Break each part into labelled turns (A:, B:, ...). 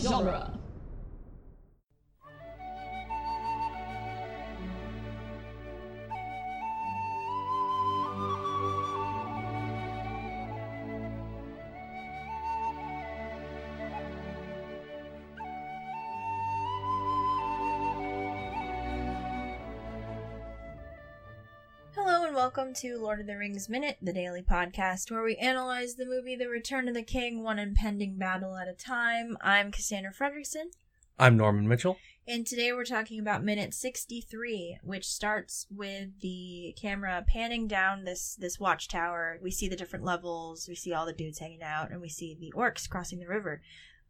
A: genre.
B: Hello and welcome to Lord of the Rings Minute, the daily podcast where we analyze the movie The Return of the King one impending battle at a time. I'm Cassandra Fredrickson,
C: I'm Norman Mitchell.
B: and today we're talking about minute 63, which starts with the camera panning down this this watchtower. We see the different levels, we see all the dudes hanging out, and we see the orcs crossing the river.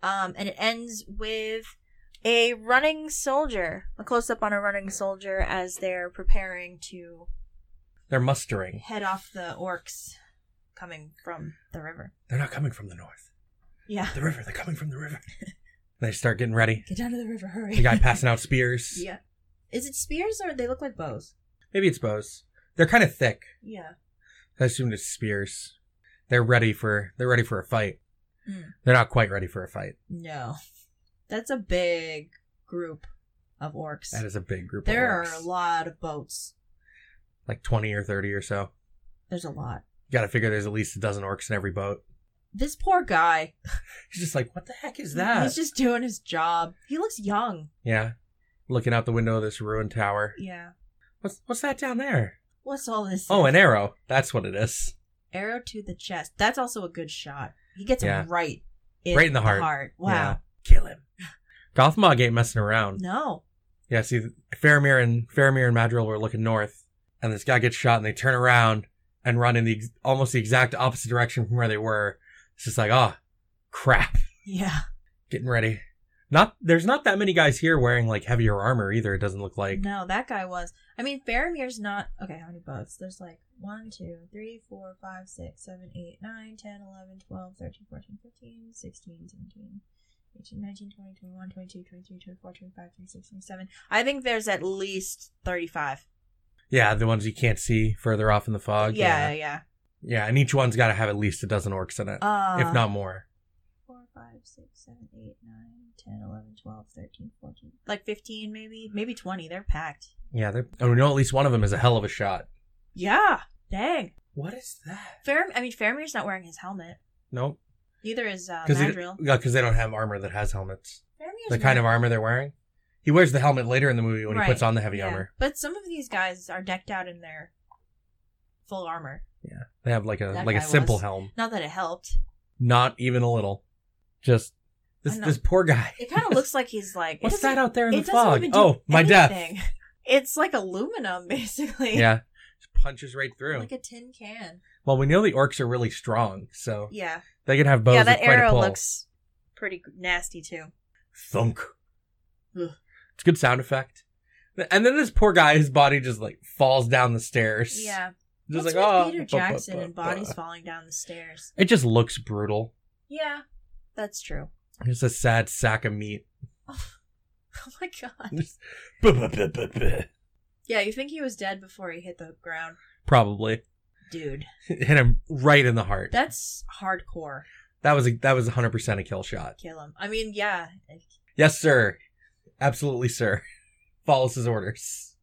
B: Um, and it ends with a running soldier, a close up on a running soldier as they're preparing to
C: They're mustering.
B: head off the orcs coming from the river.
C: They're not coming from the north.
B: Yeah.
C: The river. They're coming from the river. they start getting ready.
B: Get down to the river, hurry.
C: The guy passing out spears.
B: yeah. Is it spears or they look like bows?
C: Maybe it's bows. They're kind of thick.
B: Yeah.
C: I assumed it's spears. They're ready for. They're ready for a fight.
B: Mm.
C: They're not quite ready for a fight.
B: No. That's a big group of orcs.
C: That is a big group.
B: there
C: of orcs.
B: are a lot of boats.
C: Like twenty or thirty or so.
B: There's a lot.
C: You gotta figure there's at least a dozen orcs in every boat.
B: This poor guy.
C: He's just like, what the heck is that?
B: He's just doing his job. He looks young.
C: yeah. Looking out the window of this ruined tower.
B: Yeah.
C: What's what's that down there?
B: What's all this?
C: Oh, an arrow. That's what it is.
B: arrow to the chest. That's also a good shot. He gets
C: Yeah.
B: him right in,
C: Right in the heart.
B: Wow.
C: Yeah. Kill him. Gothmog ain't messing around.
B: No.
C: Yeah, see, Faramir and Faramir and Madril were looking north, and this guy gets shot, and they turn around and run in the ex- almost the exact opposite direction from where they were. It's just like, ah, crap,
B: Yeah.
C: getting ready. Not there's not that many guys here wearing like heavier armor either. It doesn't look like
B: no, that guy was. I mean, Faramir's not. Okay, how many boats? There's like 1, 2, 3, 4, 5, 6, 7, 8, 9, 10, 11, 12, 13, 14, 15, 16, 17, 18, 19, 20, 21, 22, 23, 24, 25, 26, 27. I think there's at least 35.
C: yeah, the ones you can't see further off in the fog.
B: yeah,
C: Uh, yeah,
B: yeah.
C: Yeah, and each one's got to have at least a dozen orcs in it,
B: Uh,
C: if not more.
B: 4, 5, 6, 7, 8, 9, 10, 11, 12, 13, 14. Like 15, maybe? Maybe 20. They're packed.
C: Yeah, they're, and we know at least one of them is a hell of a shot.
B: Yeah. Dang.
C: What is that?
B: Faram- I mean, Faramir's not wearing his helmet.
C: Nope,
B: Neither is uh,
C: because
B: Madril.
C: they don't have armor that has helmets.
B: Faramir's
C: the kind
B: not-
C: of armor they're wearing. He wears the helmet later in the movie when
B: Right,
C: he puts on the heavy
B: yeah.
C: armor.
B: But some of these guys are decked out in their full armor.
C: They have like a
B: That
C: like a
B: guy
C: simple
B: was.
C: helm,
B: Not that it helped.
C: not even a little. Just this
B: I know.
C: this poor guy.
B: It kind of looks like he's like. it
C: What's
B: doesn't-
C: that out there in the
B: it doesn't
C: fog?
B: even do
C: Oh, my death.
B: anything. It's like aluminum, basically.
C: Yeah, Just punches right through.
B: Like a tin can.
C: well, we know the orcs are really strong, so
B: Yeah.
C: they can have bows
B: yeah,
C: with
B: that
C: quite a
B: arrow
C: pull.
B: looks pretty g- nasty too.
C: Thunk.
B: Ugh.
C: It's a good sound effect. And then this poor guy, his body just like falls down the stairs.
B: Yeah.
C: just
B: What's
C: like oh,
B: with Peter
C: buh, buh,
B: Jackson
C: buh,
B: and
C: buh."
B: bodies falling down the stairs.
C: It just looks brutal.
B: Yeah, that's true.
C: It's a sad sack of meat.
B: Oh my god.
C: Buh, buh, buh, buh, buh.
B: Yeah, you think he was dead before he hit the ground,
C: Probably.
B: dude?
C: hit him right in the heart. That,
B: That's hardcore.
C: was a, that was 100% a kill shot.
B: Kill him. I mean, yeah,
C: Yes, sir. Absolutely, sir. Follows his orders.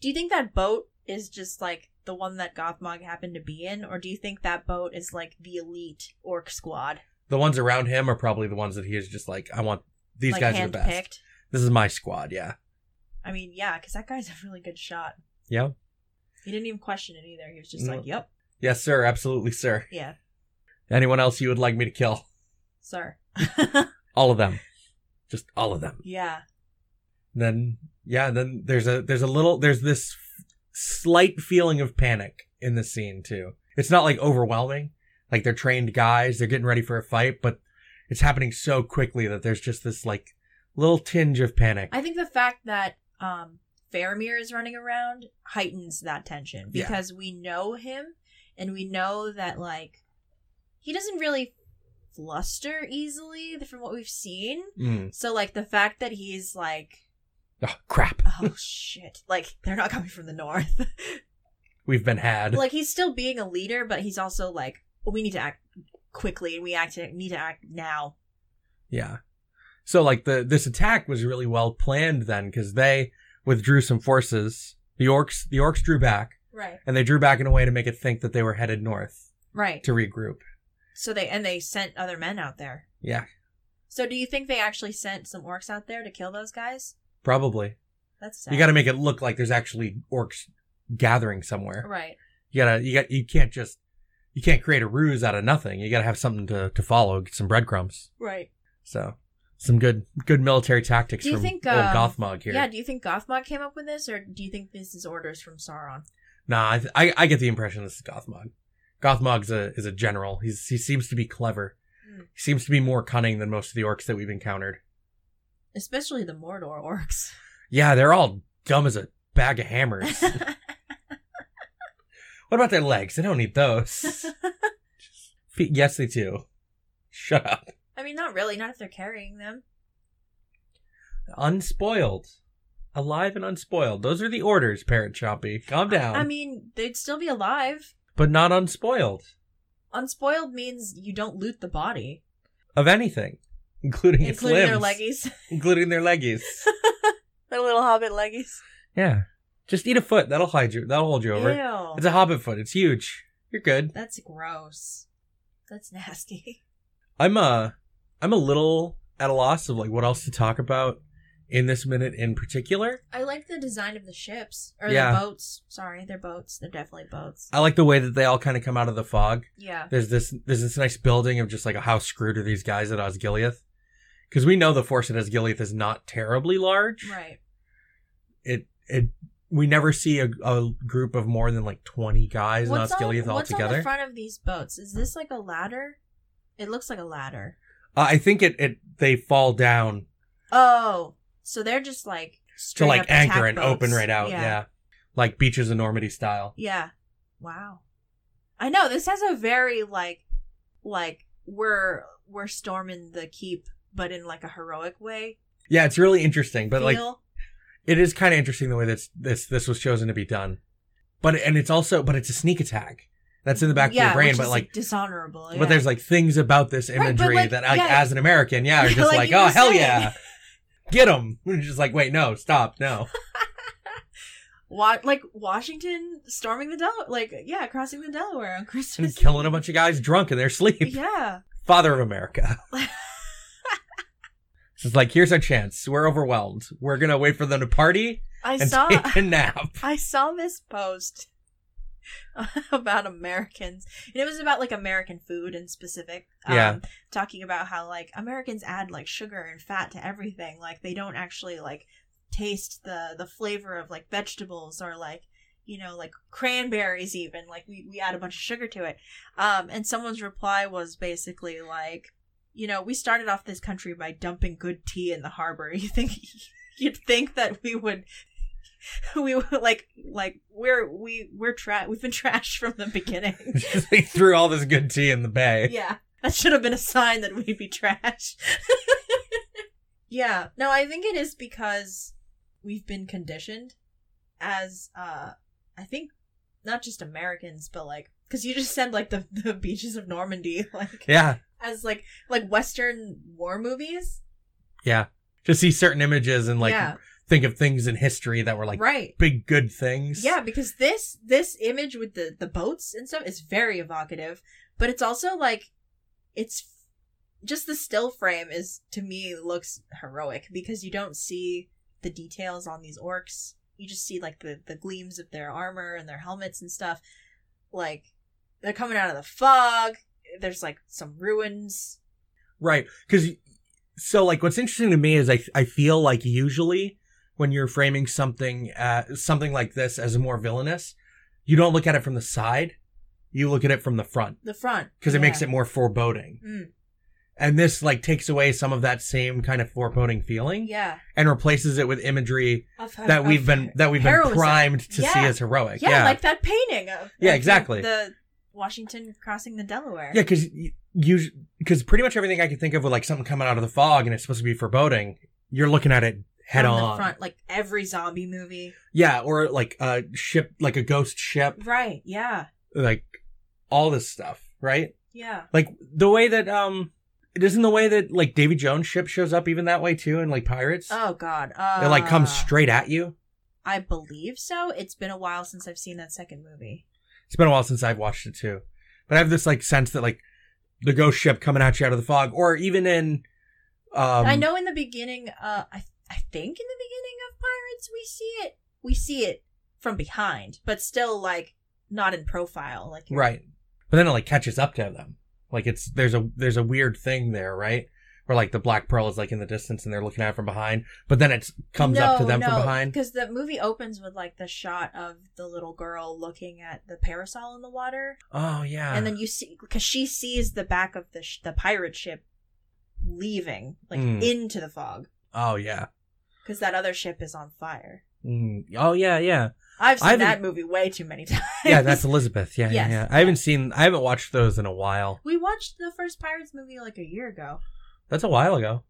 B: Do you think that boat is just like the one that Gothmog happened to be in, or do you think that boat is like the elite orc squad?
C: The ones around him are probably the ones that he is just like, I want these
B: like
C: guys are the best.
B: handpicked?
C: This is my squad. Yeah.
B: I mean, yeah, because that guy's a really good shot.
C: Yeah.
B: He didn't even question it either. He was just
C: No.
B: like, "Yep,
C: Yes, sir. Absolutely, sir.
B: yeah,
C: Anyone else you would like me to kill?
B: sir."
C: All of them. Just all of them.
B: yeah,
C: Then yeah, then there's a there's a little there's this slight feeling of panic in the scene too. It's not like overwhelming. Like they're trained guys, they're getting ready for a fight, but it's happening so quickly that there's just this like little tinge of panic.
B: I think the fact that um Faramir is running around heightens that tension
C: Yeah.
B: because we know him and we know that like he doesn't really fluster easily from what we've seen.
C: Mm.
B: So like the fact that he's like,
C: Oh, crap.
B: oh shit, like they're not coming from the north.
C: We've been had.
B: like he's still being a leader, but he's also like, we need to act quickly and we act need to act now.
C: yeah. So like the this attack was really well planned then because they withdrew some forces. The orcs the orcs drew back
B: Right.
C: and they drew back in a way to make it think that they were headed north
B: Right.
C: to regroup.
B: So they and they sent other men out there.
C: Yeah,
B: So do you think they actually sent some orcs out there to kill those guys?
C: probably.
B: That's sad.
C: You got to make it look like there's actually orcs gathering somewhere.
B: right.
C: You gotta you got you can't just you can't create a ruse out of nothing. You gotta have something to to follow, get some breadcrumbs.
B: Right.
C: So some good good military tactics
B: Do you
C: from
B: think,
C: old
B: uh,
C: Gothmog here.
B: Yeah. Do you think Gothmog came up with this, or do you think this is orders from Sauron?
C: Nah, I, th- I I get the impression this is Gothmog. Gothmog's a is a general. He's he seems to be clever.
B: Hmm.
C: He seems to be more cunning than most of the orcs that we've encountered.
B: Especially the Mordor orcs.
C: Yeah, they're all dumb as a bag of hammers. what about their legs? They don't need those. Feet, yes, they do. Shut up.
B: I mean, not really. Not if they're carrying them.
C: Unspoiled, alive and unspoiled. Those are the orders, Parrot Chompy. Calm down,
B: I mean, they'd still be alive.
C: but not unspoiled
B: Unspoiled means you don't loot the body,
C: of anything, including, its
B: including their
C: limbs,
B: leggies,
C: including their leggies.
B: their little hobbit leggies.
C: yeah, just eat a foot. That'll hide you. That'll hold you over.
B: Ew.
C: It's a hobbit foot. It's huge. You're good.
B: That's gross. That's nasty.
C: I'm uh I'm a little at a loss of like what else to talk about in this minute in particular.
B: I like the design of the ships or
C: Yeah. Uh,
B: the boats. Sorry, they're boats. They're definitely boats.
C: I like the way that they all kind of come out of the fog.
B: Yeah.
C: There's this there's this nice building of just like how screwed are these guys at Osgiliath? Because we know the force at Osgiliath is not terribly large.
B: Right.
C: It it we never see a, a group of more than like twenty guys
B: What's
C: in Osgiliath
B: on,
C: all
B: what's on
C: together.
B: the front of these boats? Is this like a ladder? It looks like a ladder.
C: uh, I think it, it they fall down
B: Oh, so they're just like
C: to
B: straight
C: like
B: up attack
C: anchor and
B: boats.
C: open right out. Yeah. like beaches of Normandy style.
B: Yeah. Wow. I know this has a very like like we're we're storming the keep but in like a heroic way.
C: Yeah, it's really interesting, but like
B: feel.
C: it is kind of interesting the way that's this this was chosen to be done but and it's also but it's a sneak attack that's in the back of
B: Yeah,
C: your brain
B: which
C: but
B: is,
C: like
B: dishonorable. Oh, yeah.
C: but there's like things about this
B: Right, but,
C: imagery
B: like,
C: that like
B: yeah.
C: as an american yeah are just
B: Like
C: like,
B: you
C: oh
B: were
C: hell
B: saying."
C: yeah get them just like wait no stop no
B: Wa- like Washington storming the Delaware, like yeah, crossing the Delaware on
C: and
B: Christmas.
C: killing a bunch of guys drunk in their sleep
B: yeah,
C: father of america It's just like here's our chance we're overwhelmed we're gonna wait for them to party
B: I
C: and
B: saw
C: take a nap
B: I saw this post about Americans, and it was about like American food in specific. um,
C: Yeah.
B: talking about how like Americans add like sugar and fat to everything, like they don't actually like taste the the flavor of like vegetables or like you know like cranberries even like we, we add a bunch of sugar to it um and someone's reply was basically like you know we started off this country by dumping good tea in the harbor you think you'd think that we would we were like like we're we we're tra- we've been trashed from the beginning
C: Just, they threw all this good tea in the bay
B: yeah that should have been a sign that we'd be trashed yeah no i think it is because we've been conditioned as uh i think not just americans but like because you just said like the, the beaches of normandy like
C: yeah.
B: as like like western war movies
C: just see certain images and like
B: yeah
C: think of things in history that were like
B: right
C: big good things.
B: Yeah, because this this image with the the boats and stuff is very evocative, but it's also like it's just the still frame is to me looks heroic because you don't see the details on these orcs. You just see like the the gleams of their armor and their helmets and stuff. Like they're coming out of the fog. There's like some ruins.
C: Right. Cuz so like what's interesting to me is I I feel like usually when you're framing something uh something like this as more villainous, you don't look at it from the side, you look at it from the front
B: The front
C: cuz it makes it more foreboding.
B: Mm.
C: And this like takes away some of that same kind of foreboding feeling
B: yeah
C: and replaces it with imagery
B: Of-
C: that
B: of-
C: we've been that we've been
B: heroism.
C: primed to see
B: Yeah.
C: as heroic.
B: yeah, like that painting of
C: Yeah,
B: of the-
C: exactly.
B: the Washington crossing the Delaware
C: Yeah, because you because pretty much everything I could think of with like something coming out of the fog and it's supposed to be foreboding. You're looking at it head
B: from
C: on.
B: the front, like every zombie movie.
C: Yeah, or like a ship, like a ghost ship,
B: Right? Yeah,
C: like all this stuff, right?
B: yeah.
C: Like the way that um Isn't the way that like Davy Jones ship shows up even that way too in like Pirates?
B: Oh God. Uh,
C: it like comes straight at you.
B: I believe so. It's been a while since I've seen that second movie.
C: It's been a while since I've watched it too. But I have this like sense that like the ghost ship coming at you out of the fog or even in um
B: I know in the beginning, uh, I I think in the beginning of Pirates we see it. We see it from behind, but still like not in profile. Like you're-
C: Right. But then it like catches up to them. Like it's there's a there's a weird thing there, right? Where like the black pearl is like in the distance and they're looking at it from behind, but then it comes up to them from behind.
B: Because the movie opens with like the shot of the little girl looking at the parasol in the water,
C: Oh yeah.
B: and then you see because she sees the back of the sh- the pirate ship leaving like
C: Mm.
B: into the fog
C: oh yeah.
B: because that other ship is on fire.
C: Mm. Oh yeah, yeah.
B: I've
C: I
B: seen
C: haven't-
B: that movie way too many times.
C: e- Yeah, that's Elizabeth. Yeah,
B: Yes.
C: yeah, yeah. I haven't seen I haven't watched those in a while.
B: we watched the first Pirates movie like a year ago.
C: That's a while ago.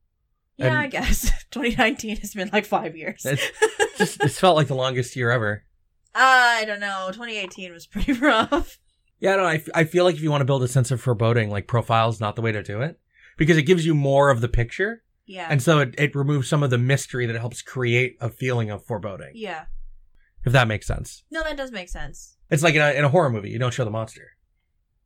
B: Yeah,
C: And-
B: I guess 2019 has been like five years.
C: It's just it's felt like the longest year ever.
B: Uh, I don't know. 2018 was pretty rough.
C: Yeah, no, I, f- I feel like if you want to build a sense of foreboding, like profile's not the way to do it because it gives you more of the picture.
B: Yeah.
C: And so it, it removes some of the mystery that helps create a feeling of foreboding,
B: yeah.
C: if that makes sense.
B: No, that does make sense.
C: It's like in a, in a horror movie, you don't show the monster.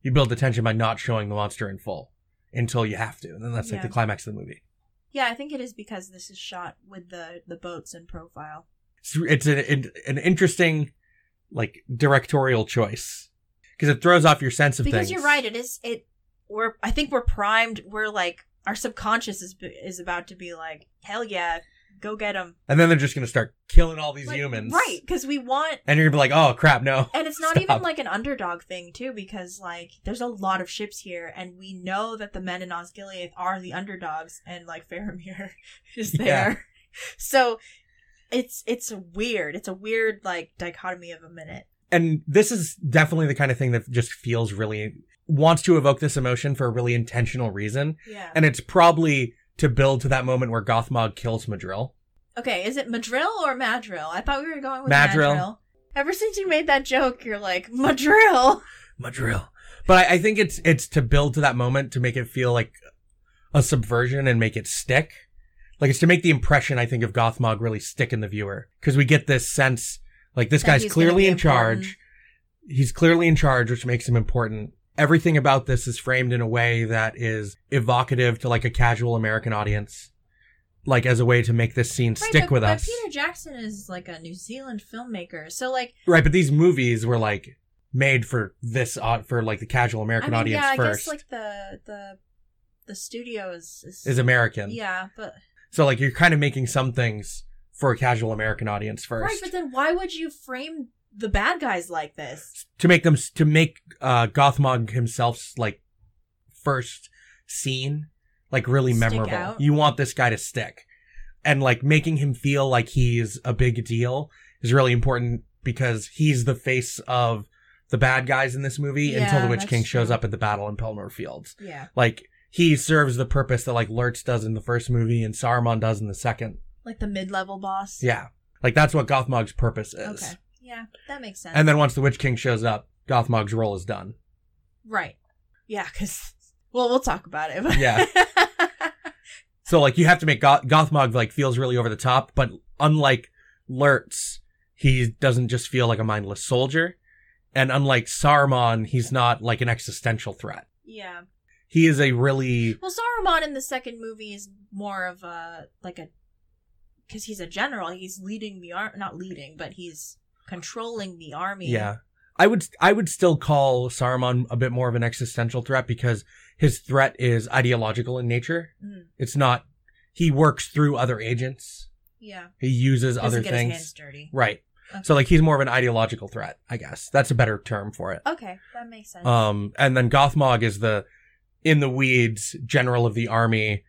C: You build the tension by not showing the monster in full until you have to. And then that's like
B: Yeah.
C: the climax of the movie.
B: Yeah, I think it is because this is shot with the the boats in profile.
C: It's, it's an, an, an interesting, like, directorial choice because it throws off your sense of
B: Because
C: things.
B: you're right, it is it we're I think we're primed, we're like our subconscious is is about to be like, "Hell yeah, go get them."
C: And then they're just going to start killing all these humans.
B: Right, cuz we want
C: And you're going to be like, oh, crap, no.
B: And it's not even
C: Stop.
B: like an underdog thing too, because like there's a lot of ships here, and we know that the men in Osgiliath are the underdogs, and like Faramir is
C: Yeah.
B: there, so it's it's weird. It's a weird like dichotomy of a minute.
C: and this is definitely the kind of thing that just feels really wants to evoke this emotion for a really intentional reason
B: Yeah.
C: and it's probably to build to that moment where gothmog kills madril
B: okay, is it Madrill or Madrill? I thought we were going with Madrill.
C: Madrill.
B: Ever since you made that joke, you're like Madrill.
C: madril but I, I think it's it's to build to that moment to make it feel like a subversion and make it stick like it's to make the impression i think of gothmog really stick in the viewer because we get this sense like this
B: That
C: guy's
B: he's gonna be
C: clearly in
B: important.
C: charge he's clearly in charge, which makes him important. Everything about this is framed in a way that is evocative to like a casual American audience, like as a way to make this scene stick
B: but,
C: with
B: but
C: us.
B: Peter Jackson is like a New Zealand filmmaker, so like
C: Right, but these movies were like made for this au- for like the casual American
B: I mean,
C: audience
B: yeah, I
C: first
B: guess like the the the studio is is,
C: is American.
B: yeah, but
C: So like you're kind of making some things for a casual American audience first
B: right. But then why would you frame the bad guys like this?
C: to make them s- to make uh Gothmog himself's like first scene like really
B: Stick
C: memorable.
B: out.
C: You want this guy to stick. And like making him feel like he's a big deal is really important because he's the face of the bad guys in this movie until
B: Yeah,
C: the Witch
B: that's
C: King shows
B: true.
C: up at the battle in Pelennor Fields.
B: Yeah,
C: Like he serves the purpose that like Lurtz does in the first movie and Saruman does in the second.
B: like the mid level boss.
C: Yeah. Like that's what Gothmog's purpose is.
B: Okay. Yeah, that makes sense.
C: And then once the Witch King shows up, Gothmog's role is done.
B: right. Yeah, because well, we'll talk about it. But
C: Yeah. So like you have to make Goth- Gothmog like feels really over the top, but unlike Lurtz, he doesn't just feel like a mindless soldier, and unlike Saruman, he's not like an existential threat.
B: yeah.
C: He is a really
B: Well, Saruman in the second movie is more of a like a because he's a general. He's leading the arm, not leading, but he's controlling the army.
C: yeah. I would I would still call Saruman a bit more of an existential threat because his threat is ideological in nature.
B: Mm,
C: It's not he works through other agents.
B: yeah.
C: He uses
B: Doesn't
C: other
B: get his hands
C: things.
B: dirty.
C: Right.
B: Okay.
C: So like he's more of an ideological threat, I guess. That's a better term for it.
B: Okay, that makes sense.
C: Um, and then Gothmog is the in the weeds general of the army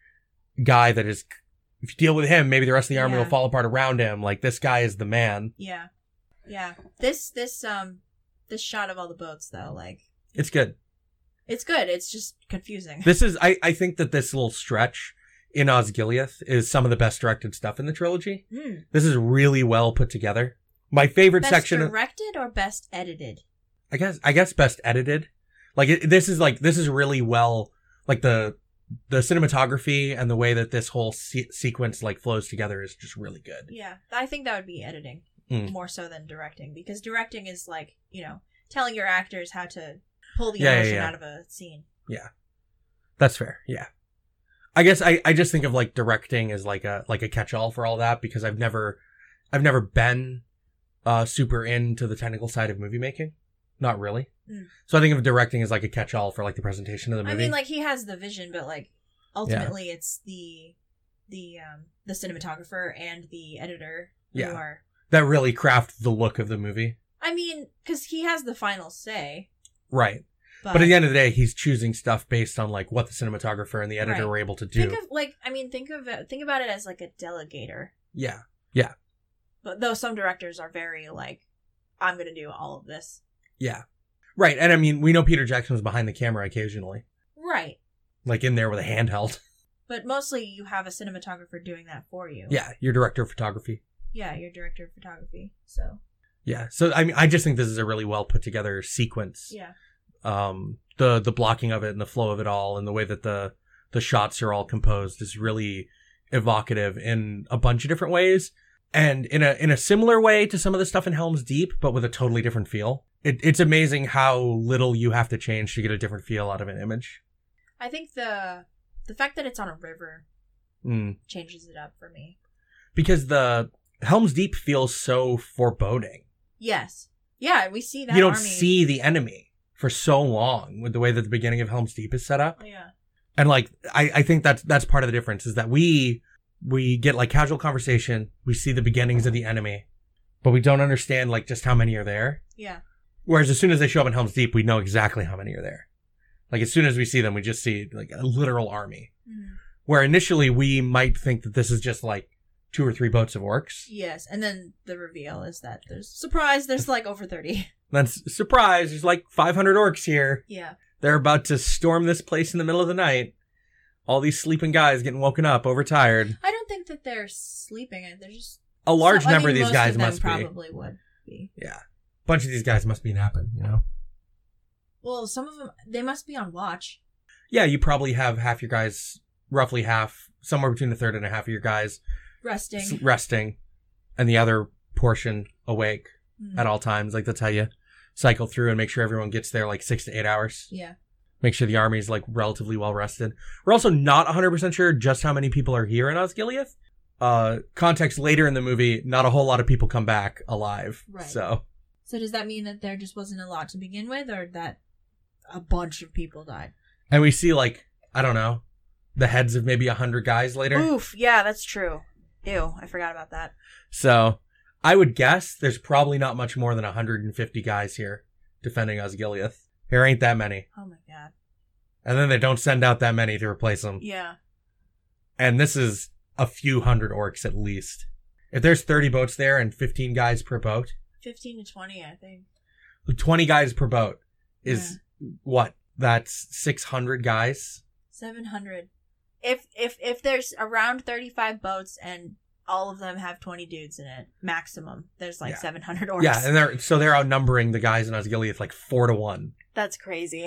C: guy that is. If you deal with him, maybe the rest of the army
B: Yeah.
C: will fall apart around him. Like this guy is the man.
B: yeah, yeah. This this um this shot of all the boats though, like
C: It's good.
B: it's good. It's just confusing.
C: This is I I think that this little stretch in Osgiliath is some of the best directed stuff in the trilogy.
B: Hmm.
C: This is really well put together. My favorite
B: Best
C: section,
B: directed or best edited?
C: I guess I guess best edited. Like it, this is like this is really well like the the cinematography and the way that this whole se- sequence like flows together is just really good.
B: Yeah, I think that would be editing
C: Mm.
B: more so than directing because directing is like you know telling your actors how to pull the
C: Yeah, yeah,
B: emotion
C: yeah.
B: out of a scene.
C: That's fair. Yeah. I guess I, I just think of like directing as like a like a catch all for all that because I've never I've never been uh super into the technical side of movie making. Not really.
B: Mm.
C: So I think of directing as like a catch all for like the presentation of the
B: I
C: movie.
B: mean, like he has the vision, but like ultimately, it's the the um the cinematographer and the editor who
C: Yeah.
B: are.
C: that really craft the look of the movie.
B: I mean, because he has the final say,
C: Right.
B: but,
C: But at the end of the day, he's choosing stuff based on like what the cinematographer and the editor
B: Right.
C: were able to do.
B: think of like I mean, think of it, think about it as like a delegator.
C: yeah.
B: But though some directors are very like, I'm gonna do all of this.
C: Yeah. Right. And I mean, we know Peter Jackson was behind the camera occasionally,
B: Right.
C: like in there with a handheld.
B: But mostly you have a cinematographer doing that for you.
C: Yeah, your director of photography.
B: Yeah, your director of photography. So
C: Yeah. So I mean, I just think this is a really well put together sequence.
B: yeah.
C: Um, the the blocking of it and the flow of it all and the way that the the shots are all composed is really evocative in a bunch of different ways and in a in a similar way to some of the stuff in Helm's Deep, but with a totally different feel. It, it's amazing how little you have to change to get a different feel out of an image.
B: I think the the fact that it's on a river
C: Mm.
B: changes it up for me.
C: Because the Helm's Deep feels so foreboding.
B: Yes. Yeah, we see that
C: you don't
B: army.
C: see the enemy for so long with the way that the beginning of Helm's Deep is set up.
B: Oh, Yeah.
C: And like I, I think that's that's part of the difference is that we we get like casual conversation, we see the beginnings of the enemy, but we don't understand like just how many are there.
B: Yeah.
C: Whereas as soon as they show up in Helm's Deep, we know exactly how many are there. Like as soon as we see them, we just see like a literal army.
B: Mhm.
C: Where initially we might think that this is just like two or three boats of orcs.
B: Yes, and then the reveal is that there's surprise. There's like over thirty.
C: Then s- surprise, there's like 500 orcs here.
B: Yeah.
C: They're about to storm this place in the middle of the night. All these sleeping guys getting woken up, overtired.
B: I don't think that they're sleeping. uh, They're just
C: A large
B: So, I
C: number
B: mean,
C: of
B: most
C: these guys
B: them
C: must be.
B: probably would be.
C: Yeah. Bunch of these guys must be napping, you know?
B: Well, some of them they must be on watch.
C: Yeah, you probably have half your guys, roughly half, somewhere between a third and a half of your guys
B: Resting.
C: s- resting, and the other portion awake
B: Mm.
C: at all times. Like, that's how you cycle through and make sure everyone gets there like six to eight hours.
B: Yeah.
C: Make sure the army's like relatively well rested. We're also not 100% sure just how many people are here in Osgiliath. Uh, context later in the movie, not a whole lot of people come back alive.
B: Right.
C: So,
B: So does that mean that there just wasn't a lot to begin with, or that a bunch of people died?
C: and we see like, I don't know, the heads of maybe 100 guys later.
B: Oof. Yeah, that's true. Ew, I forgot about that.
C: So, I would guess there's probably not much more than 150 guys here defending Osgiliath. There ain't that many.
B: Oh my god.
C: And then they don't send out that many to replace them.
B: Yeah.
C: and this is a few hundred orcs at least. If there's 30 boats there and 15 guys per boat,
B: Fifteen to twenty, I think.
C: 20 guys per boat is what? That's 600 guys.
B: Seven hundred. If if if there's around thirty five boats and all of them have twenty dudes in it, maximum. There's like
C: Yeah.
B: seven hundred orcs.
C: Yeah, and they're so they're outnumbering the guys in Osgiliath like 4 to 1.
B: That's crazy.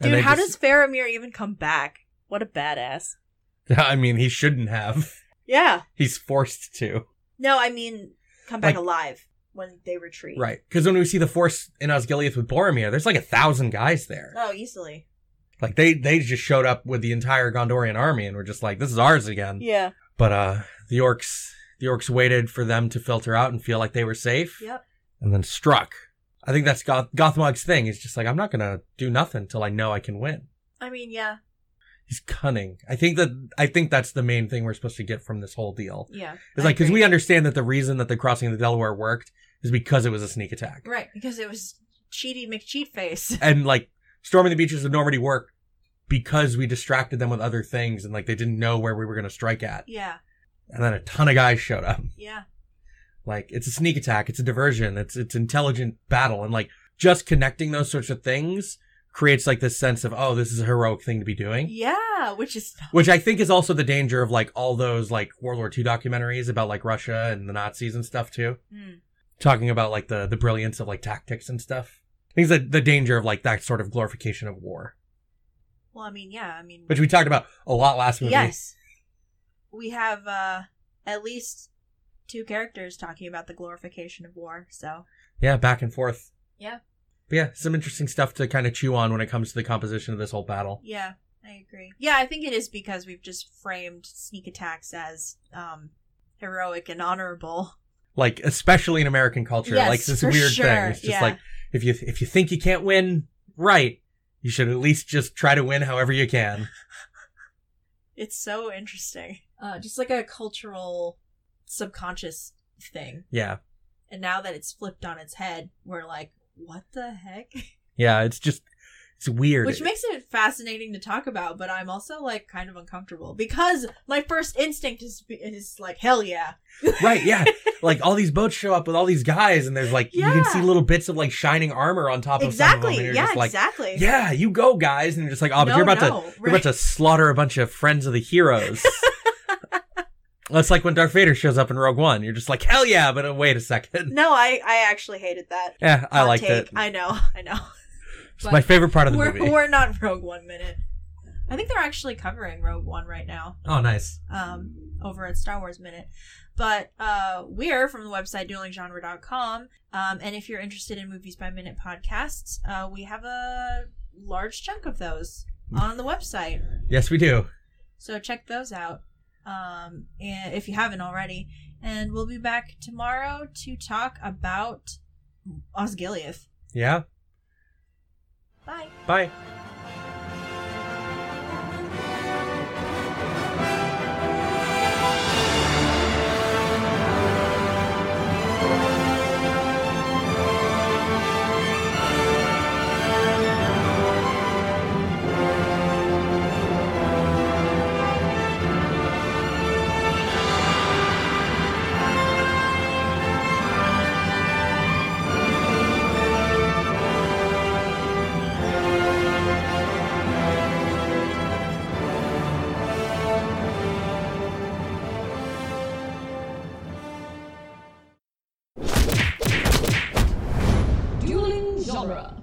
C: And
B: Dude,
C: they
B: how
C: just-
B: does Faramir even come back? What a badass.
C: I mean, he shouldn't have.
B: Yeah.
C: He's forced to.
B: No, I mean come back
C: Like-
B: alive when they retreat.
C: Right. Cuz when we see the force in Osgiliath with Boromir, there's like a 1,000 guys there.
B: Oh, easily.
C: Like they they just showed up with the entire Gondorian army and were just like this is ours again.
B: Yeah.
C: But uh the orcs the orcs waited for them to filter out and feel like they were safe
B: Yep.
C: and then struck. I think that's Goth- Gothmog's thing. He's just like I'm not going to do nothing till I know I can win.
B: I mean, yeah.
C: He's cunning. I think that I think that's the main thing we're supposed to get from this whole deal.
B: Yeah.
C: It's
B: I
C: like cuz
B: agree.
C: we understand that the reason that the crossing of the Delaware worked is because it was a sneak attack.
B: Right, because it was cheaty McCheatface.
C: And like storming the beaches of Normandy worked because we distracted them with other things and like they didn't know where we were going to strike at.
B: Yeah.
C: And then a ton of guys showed up.
B: Yeah.
C: Like it's a sneak attack, it's a diversion, it's it's intelligent battle, and like just connecting those sorts of things creates like this sense of oh, this is a heroic thing to be doing,
B: Yeah, which is
C: which I think is also the danger of like all those like World War II documentaries about like Russia and the Nazis and stuff too,
B: Mm.
C: talking about like the the brilliance of like tactics and stuff. I think the the danger of like that sort of glorification of war.
B: Well, I mean, yeah, I mean,
C: which we talked about a lot last movie.
B: yes, we have uh, at least two characters talking about the glorification of war. So
C: Yeah, back and forth.
B: Yeah.
C: But yeah, some interesting stuff to kind of chew on when it comes to the composition of this whole battle.
B: yeah, I agree. Yeah, I think it is because we've just framed sneak attacks as um, heroic and honorable.
C: Like, especially in American culture,
B: Yes,
C: like this
B: for
C: weird
B: sure,
C: thing. It's just
B: yeah.
C: like if you if you think you can't win, right? You should at least just try to win however you can.
B: It's so interesting. Uh, just like a cultural subconscious thing.
C: Yeah,
B: And now that it's flipped on its head, we're like, what the heck?
C: yeah. It's just it's weird.
B: Which makes it fascinating to talk about, but I'm also like kind of uncomfortable because my first instinct is is like hell yeah,
C: right? Yeah. like all these boats show up with all these guys, and there's like you can
B: Yeah.
C: see little bits of like shining armor on top of some of them, and
B: exactly,
C: you're
B: yeah,
C: just like,
B: exactly,
C: yeah, you go, guys, and you're just like, oh, but you're about to You're about to slaughter a bunch of friends of the heroes. That's like when Darth Vader shows up in Rogue One. You're just like, hell yeah, but uh, wait a second.
B: No, I I actually hated that.
C: Yeah, I
B: Hot
C: liked
B: take.
C: it.
B: I know, I know.
C: It's my favorite part of the
B: we're
C: movie.
B: we're not Rogue One minute. I think they're actually covering Rogue One right now.
C: Oh, nice.
B: um, over at Star Wars Minute. But uh, we're from the website duelinggenre.com. Um, and if you're interested in Movies by Minute podcasts, uh, we have a large chunk of those on the website.
C: Yes, we do.
B: So check those out um, and if you haven't already. And we'll be back tomorrow to talk about Osgiliath.
C: Yeah.
B: Bye.
C: Bye.
A: Dueling genre.